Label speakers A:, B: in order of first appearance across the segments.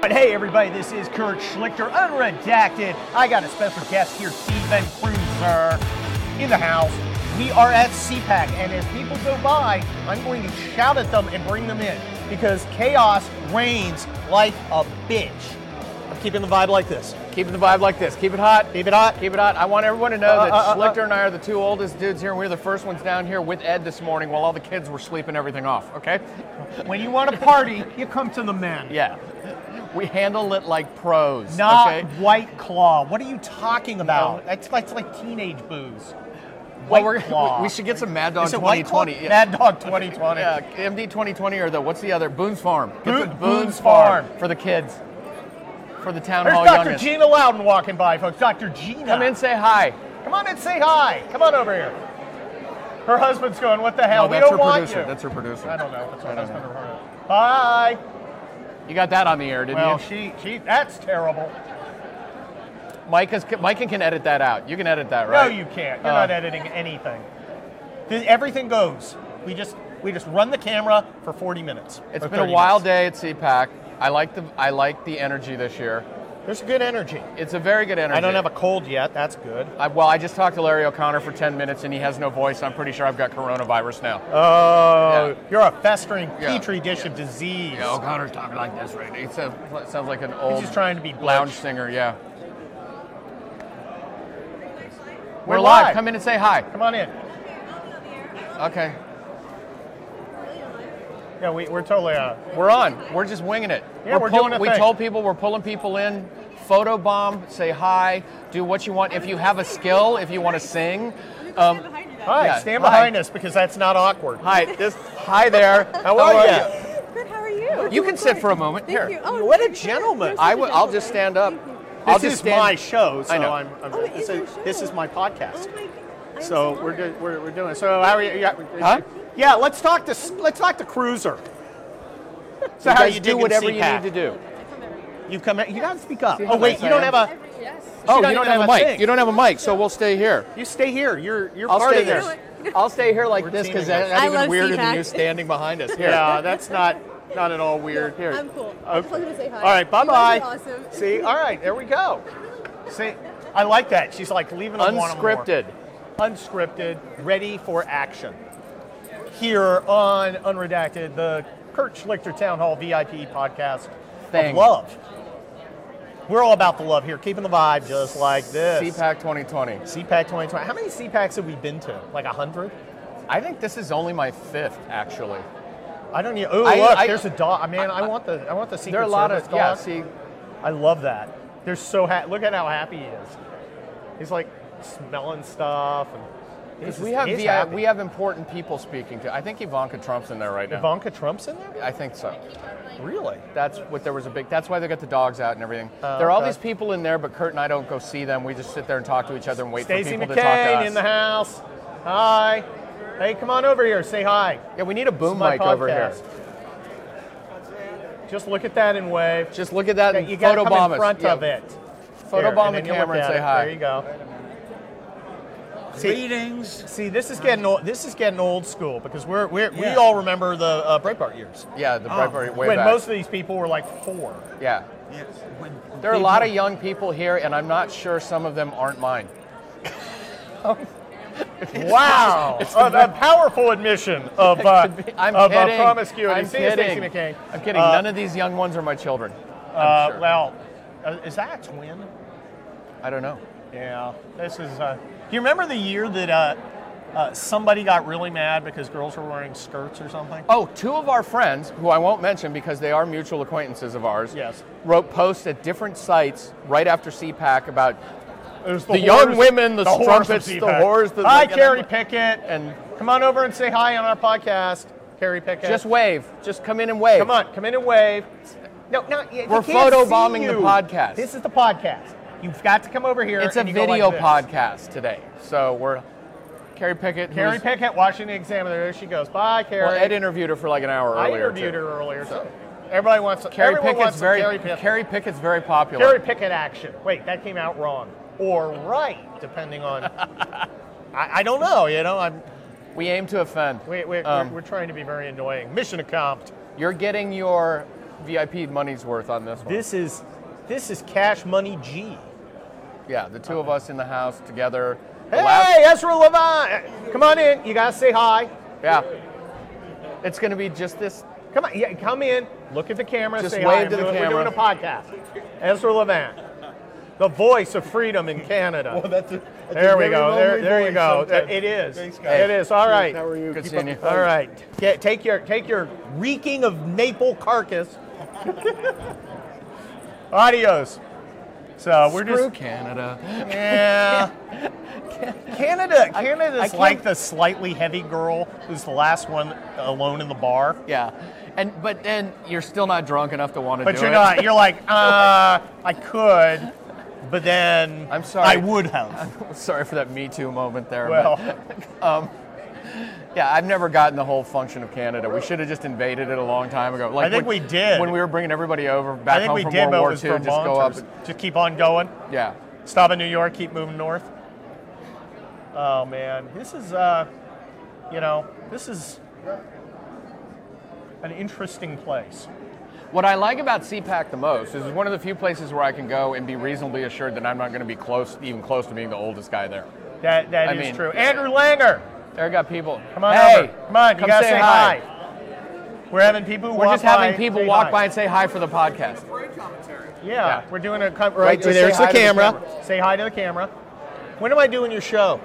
A: But hey, everybody, this is Kurt Schlichter, unredacted. I got a special guest here, Stephen Cruiser, in the house. We are at CPAC, and as people go by, I'm going to shout at them and bring them in because chaos reigns like a bitch. I'm keeping the vibe like this.
B: Keeping the vibe like this. Keep it hot.
A: Keep it hot.
B: Keep it hot. I want everyone to know
A: Uh,
B: that
A: uh, uh,
B: Schlichter and I are the two oldest dudes here, and we are the first ones down here with Ed this morning while all the kids were sleeping everything off, okay?
A: When you want to party, you come to the men.
B: Yeah. We handle it like pros.
A: Not
B: okay?
A: White Claw. What are you talking about? That's, that's like teenage booze. White
B: Well, we're-
A: Claw.
B: we should get some Mad Dog
A: Is it White Claw?
B: 2020. Yeah.
A: Mad Dog 2020.
B: Yeah, MD 2020 or the, what's the other? Boone's Farm. Get
A: Boone-
B: the
A: Boone's Farm.
B: For the kids. For the town
A: There's
B: hall
A: Dr.
B: youngest.
A: Gina Loudon walking by, folks. Dr. Gina.
B: Come in, say hi.
A: Come on and say hi. Come on over here. Her husband's going, what the hell?
B: no,
A: we
B: that's
A: don't
B: her
A: want
B: producer.
A: you.
B: That's her producer.
A: I don't know. if That's her
B: I don't
A: husband or her. Hi.
B: You got that on the air, didn't
A: Well,
B: you?
A: she, she, that's terrible.
B: Mike, is, Mike can edit that out. You can edit that,
A: No,
B: right?
A: you can't. You're
B: Uh,
A: not editing anything. Th- Everything goes. We just, we just run the camera for 40 minutes.
B: It's
A: or
B: been a
A: 30
B: wild
A: minutes.
B: day at CPAC. I like the I like the energy this year.
A: There's good energy.
B: It's a very good energy.
A: I don't have a cold yet. That's good.
B: I, well, I just talked to Larry O'Connor for 10 minutes and he has no voice. I'm pretty sure I've got coronavirus now.
A: Oh,
B: Yeah.
A: you're a festering
B: Yeah.
A: petri dish of disease.
B: Yeah, O'Connor's talking like this right now. He sounds sounds like an
A: He's
B: old
A: just trying to be
B: lounge
A: blunt.
B: singer, yeah.
A: We're
B: We're, live.
A: live.
B: Come in and say hi.
A: Come on in.
B: Okay.
A: Yeah, we, we're totally uh,
B: We're on. We're just winging it.
A: Yeah, we're doing a
B: We
A: thing.
B: told people we're pulling people in. Photo bomb, say hi, do what you want. If you have a skill, if you want to sing. Um,
A: Hi,
B: Yeah,
A: stand
B: hi.
A: behind us because that's not awkward.
B: hi, this, hi there.
A: How are ya?
C: Good, how are you?
B: You can sit for a moment.
C: Thank
B: Here.
C: you. Oh,
A: What a
C: thank you.
A: gentleman.
C: You're such
B: I
C: a
B: will. I'll just stand
C: gentleman.
B: up.
C: Thank you.
B: I'll
A: This
B: just
A: is
B: stand-
A: my show, so
B: I know.
A: I'm, I'm
C: Oh, it is
A: so
C: your show.
A: this is my podcast.
C: Oh my God. I'm
A: so we're,
C: honored.
A: do, we're we're doing it. So how are you? Yeah,
B: Huh?
A: yeah, let's talk to let's talk to Cruiser. So how
B: guys
A: you Oh,
B: do
A: digging
B: whatever
A: CPAC?
B: you need to do.
A: You come. in- You gotta speak up.
B: See how
A: Oh wait,
B: nice
A: you
B: I
A: don't
B: am?
A: have a.
B: Oh,
A: doesn't
B: you
A: even
B: don't have a
A: have a
B: mic.
A: thing.
B: You don't have a mic, so we'll stay here.
A: You stay here. You're you're
B: I'll
A: part
B: stay
A: of this.
B: here. I'll stay here like this because
A: teaming up.
B: that's
C: I
B: even
C: love
B: weirder than
C: CPAC.
B: you standing behind us. Here.
A: Yeah, that's not not at all weird.
B: Here.
C: I'm cool. I
A: Okay.
C: just wanted to say hi.
A: All right,
C: You
A: bye
C: guys
A: bye.
C: are Awesome.
A: See, all right, there we go. See, I like that. She's like leaving them wanting more.
B: Unscripted.
A: unscripted, ready for action. Here on Unredacted, the Kurt Schlichter Town Hall VIP podcast
B: Thing.
A: of love. We're all about the love here, keeping the vibe just like this.
B: CPAC 2020.
A: CPAC 2020. How many CPACs have we been to? Like a hundred?
B: I think this is only my fifth, actually.
A: I don't even. Oh,
B: I-
A: look,
B: I-
A: there's a dog. Man, I,
B: I-
A: want the I want the Secret
B: there are a lot
A: Service
B: of
A: dog.
B: yeah. See,
A: I love that. They're so happy. Look at how happy he is. He's like smelling stuff. And he's
B: because we
A: just-
B: have
A: he's
B: the,
A: happy.
B: we have important people speaking to. I think Ivanka Trump's in there right now.
A: Ivanka Trump's in there.
B: I think so.
A: Really?
B: That's what there was a big. That's why they got the dogs out and everything.
A: Oh,
B: there are all
A: okay.
B: these people in there, but Kurt and I don't go see them. We just sit there and talk to each other and wait
A: Stacy
B: for people to talk to
A: McCain
B: us.
A: in the house. Hi. Hey, come on over here. Say hi.
B: yeah, we need a boom
A: It's my
B: mic over here.
A: podcast. Just look at that and wave.
B: Just look at that and
A: You got to
B: photobomb
A: come in
B: us.
A: front
B: Yeah,
A: of it. Here,
B: Photobomb
A: and
B: the
A: then you
B: camera
A: look
B: and
A: at
B: say
A: it.
B: hi.
A: There you go. See,
D: Greetings.
A: see, this is getting old. This is getting old school because we're, we're we
D: Yeah.
A: all remember the uh, Breitbart years
B: Yeah, the Breitbart way
A: Oh. when
B: back.
A: most of these people were like four.
B: yeah,
D: Yes. When
B: there are a lot of young people here, and I'm not sure some of them aren't mine.
A: Wow, a, a powerful admission of uh,
B: I'm
A: of uh,
B: kidding.
A: promiscuity.
B: I'm
A: See you,
B: kidding.
A: Stacey McCain.
B: I'm kidding.
A: Uh,
B: None of these young ones are my children. I'm
A: Uh,
B: sure.
A: Well, uh, is that a twin?
B: I don't know.
A: Yeah, this is. Uh, do you remember the year that uh, uh, somebody got really mad because girls were wearing skirts or something?
B: Oh, two of our friends, who I won't mention because they are mutual acquaintances of ours,
A: Yes.
B: wrote posts at different sites right after CPAC about
A: It was
B: The young women, the
A: horse
B: strumpets,
A: of
B: the
A: Zeepak.
B: whores, the-
A: hi,
B: like, and
A: Carrie
B: I'm-
A: Pickett,
B: and
A: come on over and say hi on our podcast, Carrie Pickett.
B: just wave, just come in and wave.
A: come on, come in and wave. No, no, yeah, they
B: We're
A: can't
B: photobombing
A: see
B: the
A: you.
B: podcast.
A: This is the podcast. You've got to come over here.
B: It's a
A: and you go
B: video
A: like this.
B: podcast today, so we're Carrie Pickett.
A: Carrie
B: who's-
A: Pickett, Washington Examiner. There she goes. Bye, Carrie.
B: Well, Ed interviewed her for like an hour
A: I
B: earlier.
A: interviewed
B: too.
A: her earlier. So.
B: So-
A: Everybody wants.
B: Carrie
A: everyone
B: Pickett's
A: wants some
B: very
A: Carrie Pickett.
B: Carrie Pickett's very popular.
A: Carrie Pickett action. Wait, that came out wrong or right, depending on. I, I don't know. You know, I'm.
B: we aim to offend.
A: We, we,
B: Um,
A: we're, we're trying to be very annoying. Mission accomplished.
B: You're getting your VIP money's worth on this one.
A: This is this is cash money G.
B: yeah, the two of us in the house together. The
A: Hey,
B: last-
A: Ezra Levant, come on in. You gotta say hi.
B: yeah. It's going to be just this.
A: Come on, yeah, come in. Look at the camera.
B: Just
A: say
B: wave
A: hi. I'm
B: to the
A: doing- We're
B: camera.
A: doing a podcast. Ezra Levant, the voice of freedom in Canada.
D: that's a,
A: There we go. There, there you go. It is.
D: Thanks, guys.
A: It is. All right.
D: How are you?
B: Good
D: Keep
B: seeing
D: up
B: you.
D: the
A: All right. Get, take your take your reeking of Naple carcass. Adios. So we're
B: Screw
A: just
B: Canada.
A: yeah. Canada, Canada's
B: can't-
A: like the slightly heavy girl who's the last one alone in the bar.
B: Yeah. And but then you're still not drunk enough to want to
A: But
B: do
A: you're
B: it.
A: not. You're like, uh, I could, but then
B: I'm sorry.
A: I would have.
B: Sorry for that Me Too moment there.
A: Well,
B: but- yeah, I've never gotten the whole function of Canada. We should have just invaded it a long time ago. Like
A: I think
B: when-
A: we did.
B: when we were bringing everybody over back
A: I think
B: home
A: we
B: from
A: did,
B: World
A: but it
B: War
A: was
B: II.
A: for
B: Just go up.
A: monsters. Just keep on going.
B: Yeah.
A: Stop in New York, keep moving north. Oh man, this is uh, you know, this is an interesting place.
B: What I like about CPAC the most is it's one of the few places where I can go and be reasonably assured that I'm not going to be close, even close to being the oldest guy there.
A: That that is
B: I mean-
A: true. Andrew Langer,
B: There I got people.
A: come on
B: hey,
A: over. Come on, you
B: come
A: gotta
B: say,
A: say hi.
B: hi.
A: We're having people. Who
B: We're
A: walk
B: just having
A: by,
B: people
A: say
B: walk
A: hi.
B: by and say hi for the podcast.
A: Yeah,
B: Yeah.
A: we're doing a com- right.
B: just
A: there's
B: say
A: the
B: hi to the
A: camera. Say hi to the camera. When am I doing your show?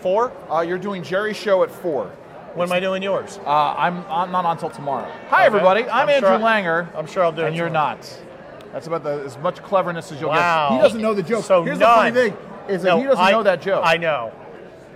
A: Four.
D: Uh, you're doing Jerry's show at four.
A: When am I doing yours?
E: Uh, I'm, I'm not on until tomorrow.
A: Okay.
E: Hi, everybody. I'm,
A: I'm
E: Andrew
A: sure-
E: Langer.
A: I'm sure I'll do it
E: And you're
A: tomorrow.
E: not. That's about the, as much cleverness as you'll
A: Wow.
E: get.
A: Oh.
D: He doesn't know the joke.
A: So
D: Here's
A: none.
D: the funny thing is that
A: No,
D: he doesn't
A: I-
D: know that joke,
A: I know.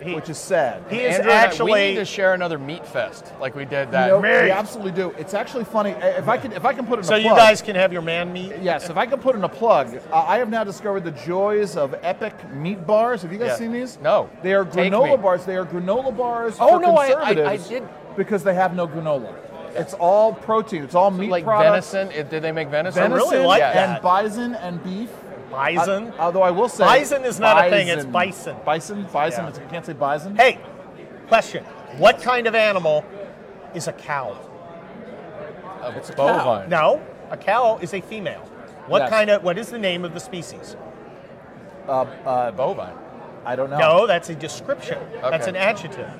A: He,
D: which is sad.
A: he is
B: Andrew and I-
A: actually.
B: we need to share another meat fest like we did that.
D: You know,
A: Mary.
D: we absolutely do. It's actually funny. I- If I can, if I can put in
A: so
D: a
A: you
D: plug-
A: guys can have your man meet.
D: Yes, if I can put in a plug, uh, I have now discovered the joys of epic meat bars. Have you guys
A: Yeah.
D: seen these?
B: No.
D: They are
B: Take me.
D: granola bars. They are granola bars
B: Oh,
D: for
B: no, I- I- I
D: conservatives
B: did-
D: because they have no granola. It's all protein. It's all meat
B: like
D: products.
B: venison. It, did they make venison?
A: I really like
B: yeah.
A: that.
D: and bison and beef.
A: Bison.
D: Uh, although I will say
A: Bison is not a thing, it's bison.
D: Bison, bison.
A: Yeah.
D: It's, you can't say bison.
A: Hey, question. What kind of animal is a cow?
B: A bovine.
A: No, a cow is a female. What
D: Yes.
A: kind of? What is the name of the species?
D: Uh, uh,
B: Bovine.
D: I don't know.
A: No, that's a description. That's
B: Okay.
A: an adjective.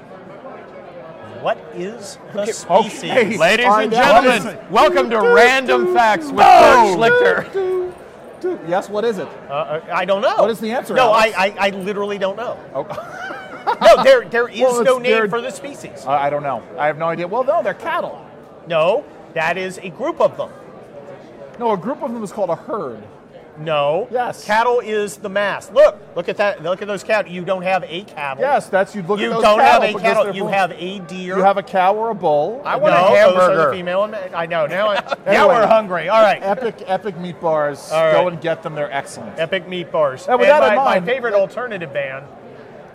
A: What is the
D: okay.
A: species?
B: Ladies and
D: Find out.
B: gentlemen, welcome to
D: Do, do,
B: Random
D: do,
B: Facts with
D: do,
B: Kurt Schlichter.
D: do, do, do. Yes, what is it?
A: Uh, Uh, I don't know.
D: What is the answer,
A: No, I,
D: Alex?
A: I, I literally don't know.
D: Okay.
A: No, there there is
D: Well,
A: no
D: it's- they're-
A: name for the species.
D: I, I don't know. I have no idea. Well, no, they're cattle.
A: No, that is a group of them.
D: No, a group of them is called a herd.
A: No.
D: Yes.
A: Cattle is the mass. Look, look at that. Look at those cattle. You don't have a cattle.
D: Yes, that's you'd look
A: You
D: at those
A: don't have
D: cattle
A: a
D: because
A: cattle.
D: they're
A: You
D: full-
A: have a deer.
D: you have a cow or a bull.
B: I want
A: no,
B: a
A: Those are
B: hamburger.
A: the female and ma- I know. Now, I, now
D: Anyway.
A: we're hungry. All right.
D: Epic, epic meat bars.
A: All right.
D: Go and get them. They're excellent.
A: Epic Meat Bars.
D: And with that
A: my,
D: in mind-
A: my favorite alternative band.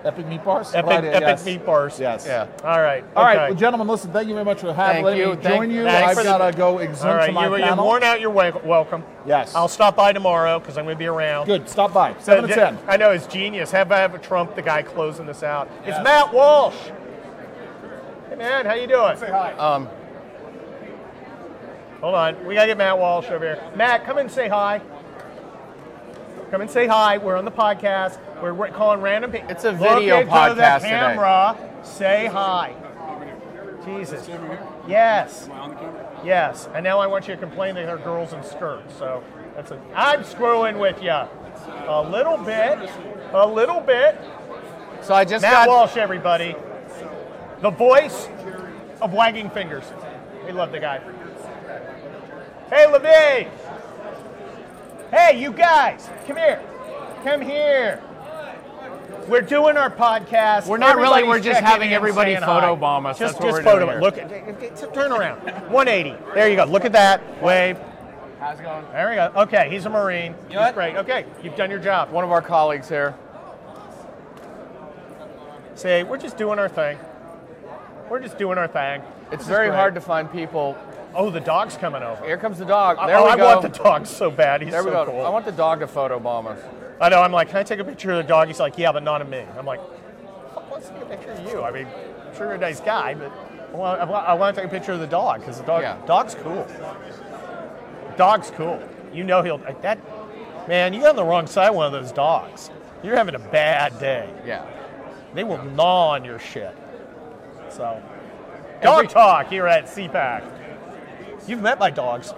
D: epic meat bars.
A: Epic,
D: Right,
A: epic
D: yes.
A: Meat Bars.
D: Yes.
B: Yeah.
A: All right.
D: All right,
A: okay.
D: well, gentlemen. Listen, thank you very much for having
B: Thank
D: letting
B: you.
D: me
B: Thank-
D: join you.
A: thanks for
D: I've
A: the-
D: got to go exhume
A: All right.
D: to my
A: you, you
D: panel.
A: worn out your wel- welcome.
D: Yes.
A: I'll stop by tomorrow because I'm going to be around.
D: Good. Stop by.
A: So
D: Seven to
A: th-
D: ten.
A: I know it's genius. Have I ever Trump the guy closing this out? It's Matt Walsh. Hey man, how you doing?
B: Um,
A: Hold on, we gotta get Matt Walsh over here. Matt, come and say hi. Come and say hi. We're on the podcast. We're, we're calling random people.
B: It's a video
A: Look into
B: podcast
A: the
B: today.
A: camera. Say hi. Jesus. Yes. Yes. And now I want you to complain that they're girls in skirts. So that's a. I'm screwing with you. A little bit. A little bit.
B: so I just
A: Matt
B: got.
A: Walsh, everybody. The voice of wagging fingers. We love the guy. Hey, Levine. Hey, you guys, come here. Come here. We're doing our podcast.
B: We're not really,
A: Everybody's
B: we're just
A: checking
B: having
A: in,
B: everybody
A: saying
B: photobomb
A: hi.
B: us.
A: Just,
B: That's what
A: just
B: we're doing
A: photobomb.
B: here.
A: Look, at- it- it- turn around. 180. There you go. Look at that. Wave.
B: How's it going?
A: There we go. Okay, he's a Marine. He's
B: what?
A: great. Okay, you've done your job.
B: One of our colleagues here.
A: Say, we're just doing our thing. We're just doing our thing. This
B: It's
A: is
B: very
A: great.
B: hard to find people.
A: Oh, the dog's coming over.
B: Here comes the dog. There
A: oh,
B: we
A: I
B: go.
A: want the dog so bad. He's
B: there we
A: so
B: go.
A: cool.
B: I want the dog to photobomb us.
A: I know. I'm like, can I take a picture of the dog? He's like, yeah, but not of me. I'm like, fuck, let's take a picture of you. I mean, I'm sure you're a nice guy, but I want, I want, I want to take a picture of the dog because the dog,
B: Yeah.
A: dog's cool. Dog's cool. You know he'll that man. You got on the wrong side of one of those dogs. You're having a bad day.
B: Yeah.
A: They will gnaw on your shit. So, dog talk here at CPAC. You've met my dogs.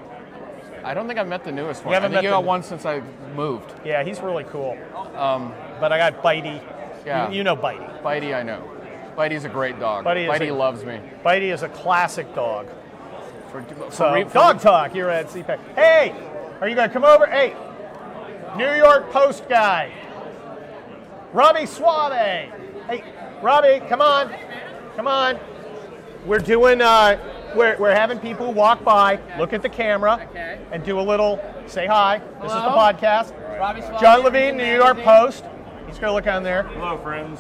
B: I don't think I've met the newest one.
A: haven't
B: I think
A: met
B: you
A: the-
B: got one since I moved.
A: Yeah, he's really cool. Um, but I got Bitey.
B: yeah.
A: You, you know Bitey.
B: Bitey, I know. Bitey's a great dog.
A: Bitey is a-
B: loves me.
A: Bitey is a classic dog.
B: For, for
A: So,
B: re- for-
A: dog talk here at CPAC. Hey, are you going to come over? Hey, New York Post guy, Robbie Suave. Hey, Robbie, come on, come on. We're doing. Uh, we're, we're having people walk by, look at the camera,
F: Okay.
A: and do a little say hi. This is the
F: Hello.
A: podcast.
F: Robbie Swallow,
A: John Levine, New
F: Magazine.
A: York Post. He's going to look on there.
G: Hello, friends.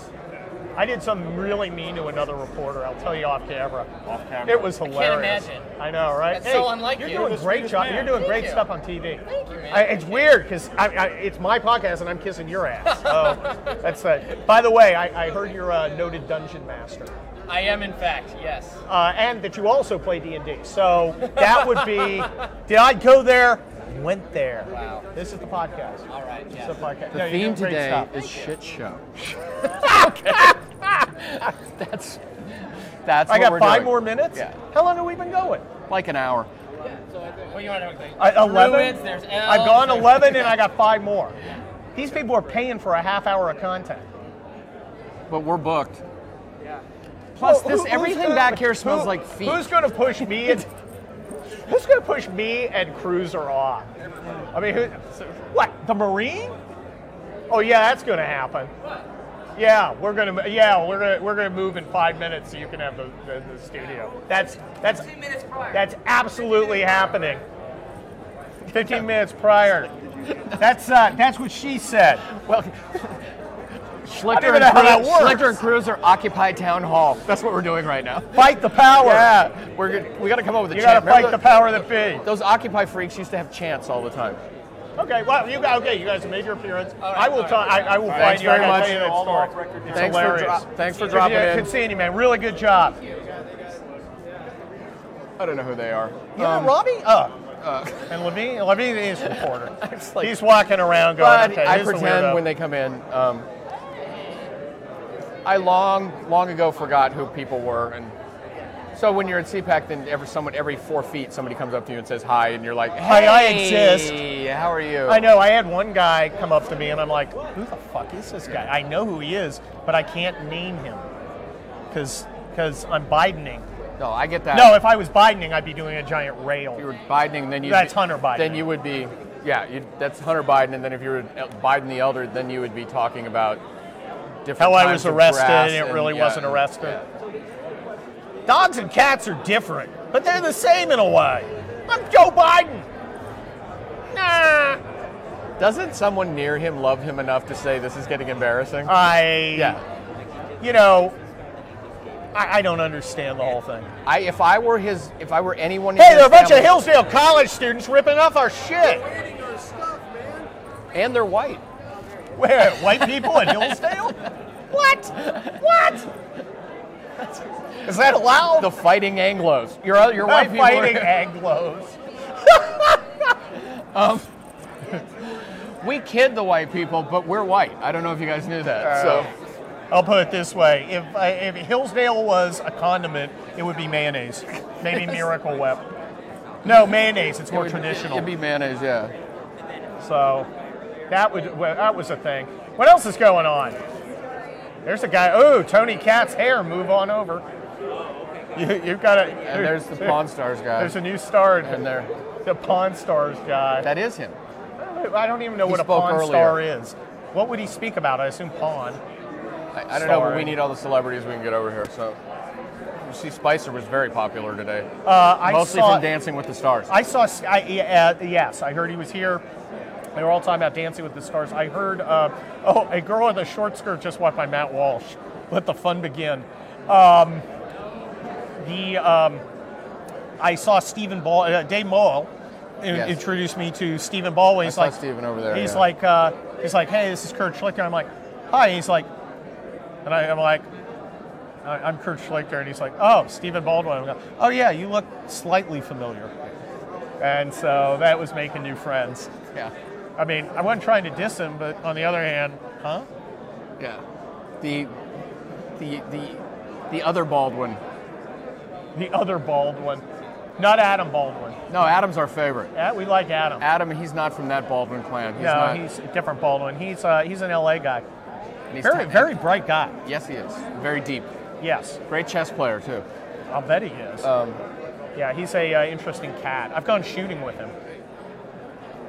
A: I did something really mean to another reporter. I'll tell you off camera.
G: Off camera.
A: It was hilarious.
F: imagine.
A: I know, right?
F: That's so unlike
A: you're
F: you.
A: Doing
F: You're the
A: great job.
G: man.
A: You're doing
F: Thank
A: great
F: you.
A: stuff on TV.
F: Thank you, man.
A: I, it's weird because I, I, it's my podcast and I'm kissing your ass. So that's it. By the way, I, I heard you're a noted dungeon master,
F: I am, in fact, yes.
A: uh, and that you also play D and D. So that would be. did I go there? Went there.
F: Wow.
A: This is the podcast.
F: All right,
A: This is
F: yeah.
A: the podcast.
B: The
A: No, you're
B: theme
A: doing great
B: today
A: stuff.
B: is shit show. that's that's.
A: I
B: what
A: got
B: we're
A: five
B: doing.
A: more minutes.
B: Yeah,
A: How long have we been going?
B: like an hour.
F: What do you want to do?
A: I, Eleven.
F: Druids, there's elves,
A: I've gone
F: there's-
A: eleven, and I got five more. These people are paying for a half hour of content.
B: But we're booked. Plus,
A: Who-
B: this
A: who's
B: everything
A: gonna-
B: back here smells
A: who-
B: like feet.
A: Who's going to push me? And, who's going to push me and Cruiser off? I mean, who? What? The Marine? Oh yeah, that's going to happen. Yeah, we're gonna. Yeah, we're gonna. We're gonna move in five minutes, so you can have the, the, the studio. That's that's
H: minutes prior.
A: that's absolutely happening. Fifteen minutes prior. That's uh, that's what she said. Well, I don't
B: Schlichter
A: even
B: and,
A: know how that
B: Cru-
A: works.
B: Schlichter and Cruiser occupy town hall. That's what we're doing right now.
A: fight the power.
B: Yeah, we're g- we got to come up with a
A: You
B: chant.
A: gotta fight the
B: Remember
A: power that be.
B: Those Occupy freaks used to have chants all the time.
A: Okay, well, you guys, okay, you guys made your appearance.
F: right,
A: I will
F: all right.
A: tell. I, I will find
B: Thanks
A: you. I
B: very
A: gotta
B: much.
A: tell you that
G: All
A: story.
G: off-record
A: It's
B: Thanks for
A: hilarious.
B: dro- thanks for
A: Good-
B: dropping
A: yeah,
B: in.
A: Good seeing you, man. Really good job.
B: I don't know who they are.
A: You know Robbie? Uh, and Levine. Levine is a reporter.
B: It's like-
A: He's walking around going.
B: But
A: okay,
B: I
A: here's the
B: pretend
A: weirdo."
B: when they come in. Um, I long, long ago forgot who people were, and so when you're at CPAC, then every someone every four feet somebody comes up to you and says hi, and you're like,
A: Hi,
B: Hey,
A: I exist."
B: How are you?
A: I know. I had one guy come up to me, and I'm like, "Who the fuck is this guy? I know who he is, but I can't name him because because I'm Bidening.
B: No, I get that.
A: No, if I was Bidening, I'd be doing a giant rail.
B: if you were Bidening, then you
A: That's Hunter Biden.
B: Then you would be, yeah, you that's Hunter Biden, and then if you were El- Biden the elder, then you would be talking about different.
A: How I
B: kinds
A: was
B: of
A: arrested,
B: grass
A: and it really
B: yeah,
A: wasn't
B: and-
A: arrested.
B: yeah.
A: Dogs and cats are different, but they're the same in a way. I'm Joe Biden. Nah.
B: Doesn't someone near him love him enough to say this is getting
A: Uh,
B: embarrassing?
A: I,
B: yeah.
A: you know, I, I don't understand the whole thing.
B: I if I were his if I were anyone. in
A: Hey,
B: his
A: there are a bunch of
B: family-
A: Hillsdale College students ripping off our shit.
B: and they're white.
A: Where? White people at Hillsdale? What? What? Is that allowed?
B: The fighting Anglo's. Your other- your
A: Not
B: white people. are-
A: fighting Anglos.
B: we kid the white people, but we're white. I don't know if you guys knew that. so
A: I'll put it this way: if I, if Hillsdale was a condiment, it would be mayonnaise, maybe Miracle Whip. No, mayonnaise. It's
B: it
A: more
B: would-
A: traditional.
B: It'd be mayonnaise, yeah.
A: so that would well, that was a thing. What else is going on? There's a guy. Oh, Tony Cat's hair. Move on over. You, you've got a.
B: And there's the Pawn Stars guy.
A: There's a new star in
B: and there.
A: The Pawn Stars guy.
B: That is him.
A: I don't even know
B: He
A: what a
B: spoke
A: Pawn
B: earlier.
A: Star is. What would he speak about? I assume Pawn.
B: I, I don't know, but
A: Sorry.
B: we need all the celebrities we can get over here. So, you see, Spicer was very popular today,
A: Uh, I
B: mostly
A: saw,
B: from Dancing with the Stars.
A: I saw. I, uh, yes, I heard he was here. They were all talking about Dancing with the Stars. I heard. Uh, oh, a girl in a short skirt just walked by Matt Walsh. Let the fun begin. Um, the um, I saw Stephen Ball. Uh, Dave Moll in-
B: Yes.
A: introduced me to Stephen Ball. He's
B: saw
A: like
B: Stephen over there,
A: He's
B: yeah.
A: like uh, he's like, hey, this is Kurt Schlichter. I'm like, hi. He's like, and I, I'm like. I- I'm Kurt Schlichter, and he's like, "Oh, Stephen Baldwin." I'm like, oh yeah, you look slightly familiar. And so that was making new friends.
B: Yeah.
A: I mean, I wasn't trying to diss him, but on the other hand, huh?
B: Yeah. The the the the other Baldwin.
A: The other Baldwin. Not Adam Baldwin.
B: No, Adam's our favorite.
A: Yeah, we like Adam.
B: Adam, he's not from that Baldwin clan. He's
A: no,
B: not.
A: he's a different Baldwin. He's uh, he's an LA guy.
B: and he's
A: Very
B: ta-
A: very bright guy.
B: Yes, he is. Very deep.
A: Yes,
B: Great chess player too.
A: I'll bet he is.
B: Um,
A: yeah, he's a uh, interesting cat. I've gone shooting with him,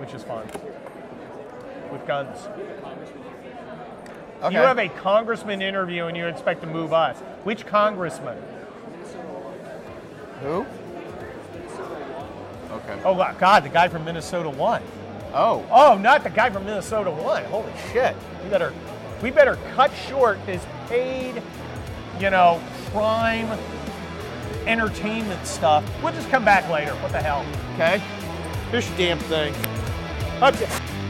A: which is fun. With guns.
B: okay.
A: You have a congressman interview and you expect to move us. Which congressman?
B: who? Okay.
A: Oh my God, the guy from Minnesota won.
B: Oh.
A: Oh, not the guy from Minnesota won. Holy shit! We better, we better cut short this paid, you know, prime entertainment stuff. We'll just come back later. What the hell?
B: Okay.
A: This damn thing. I'm-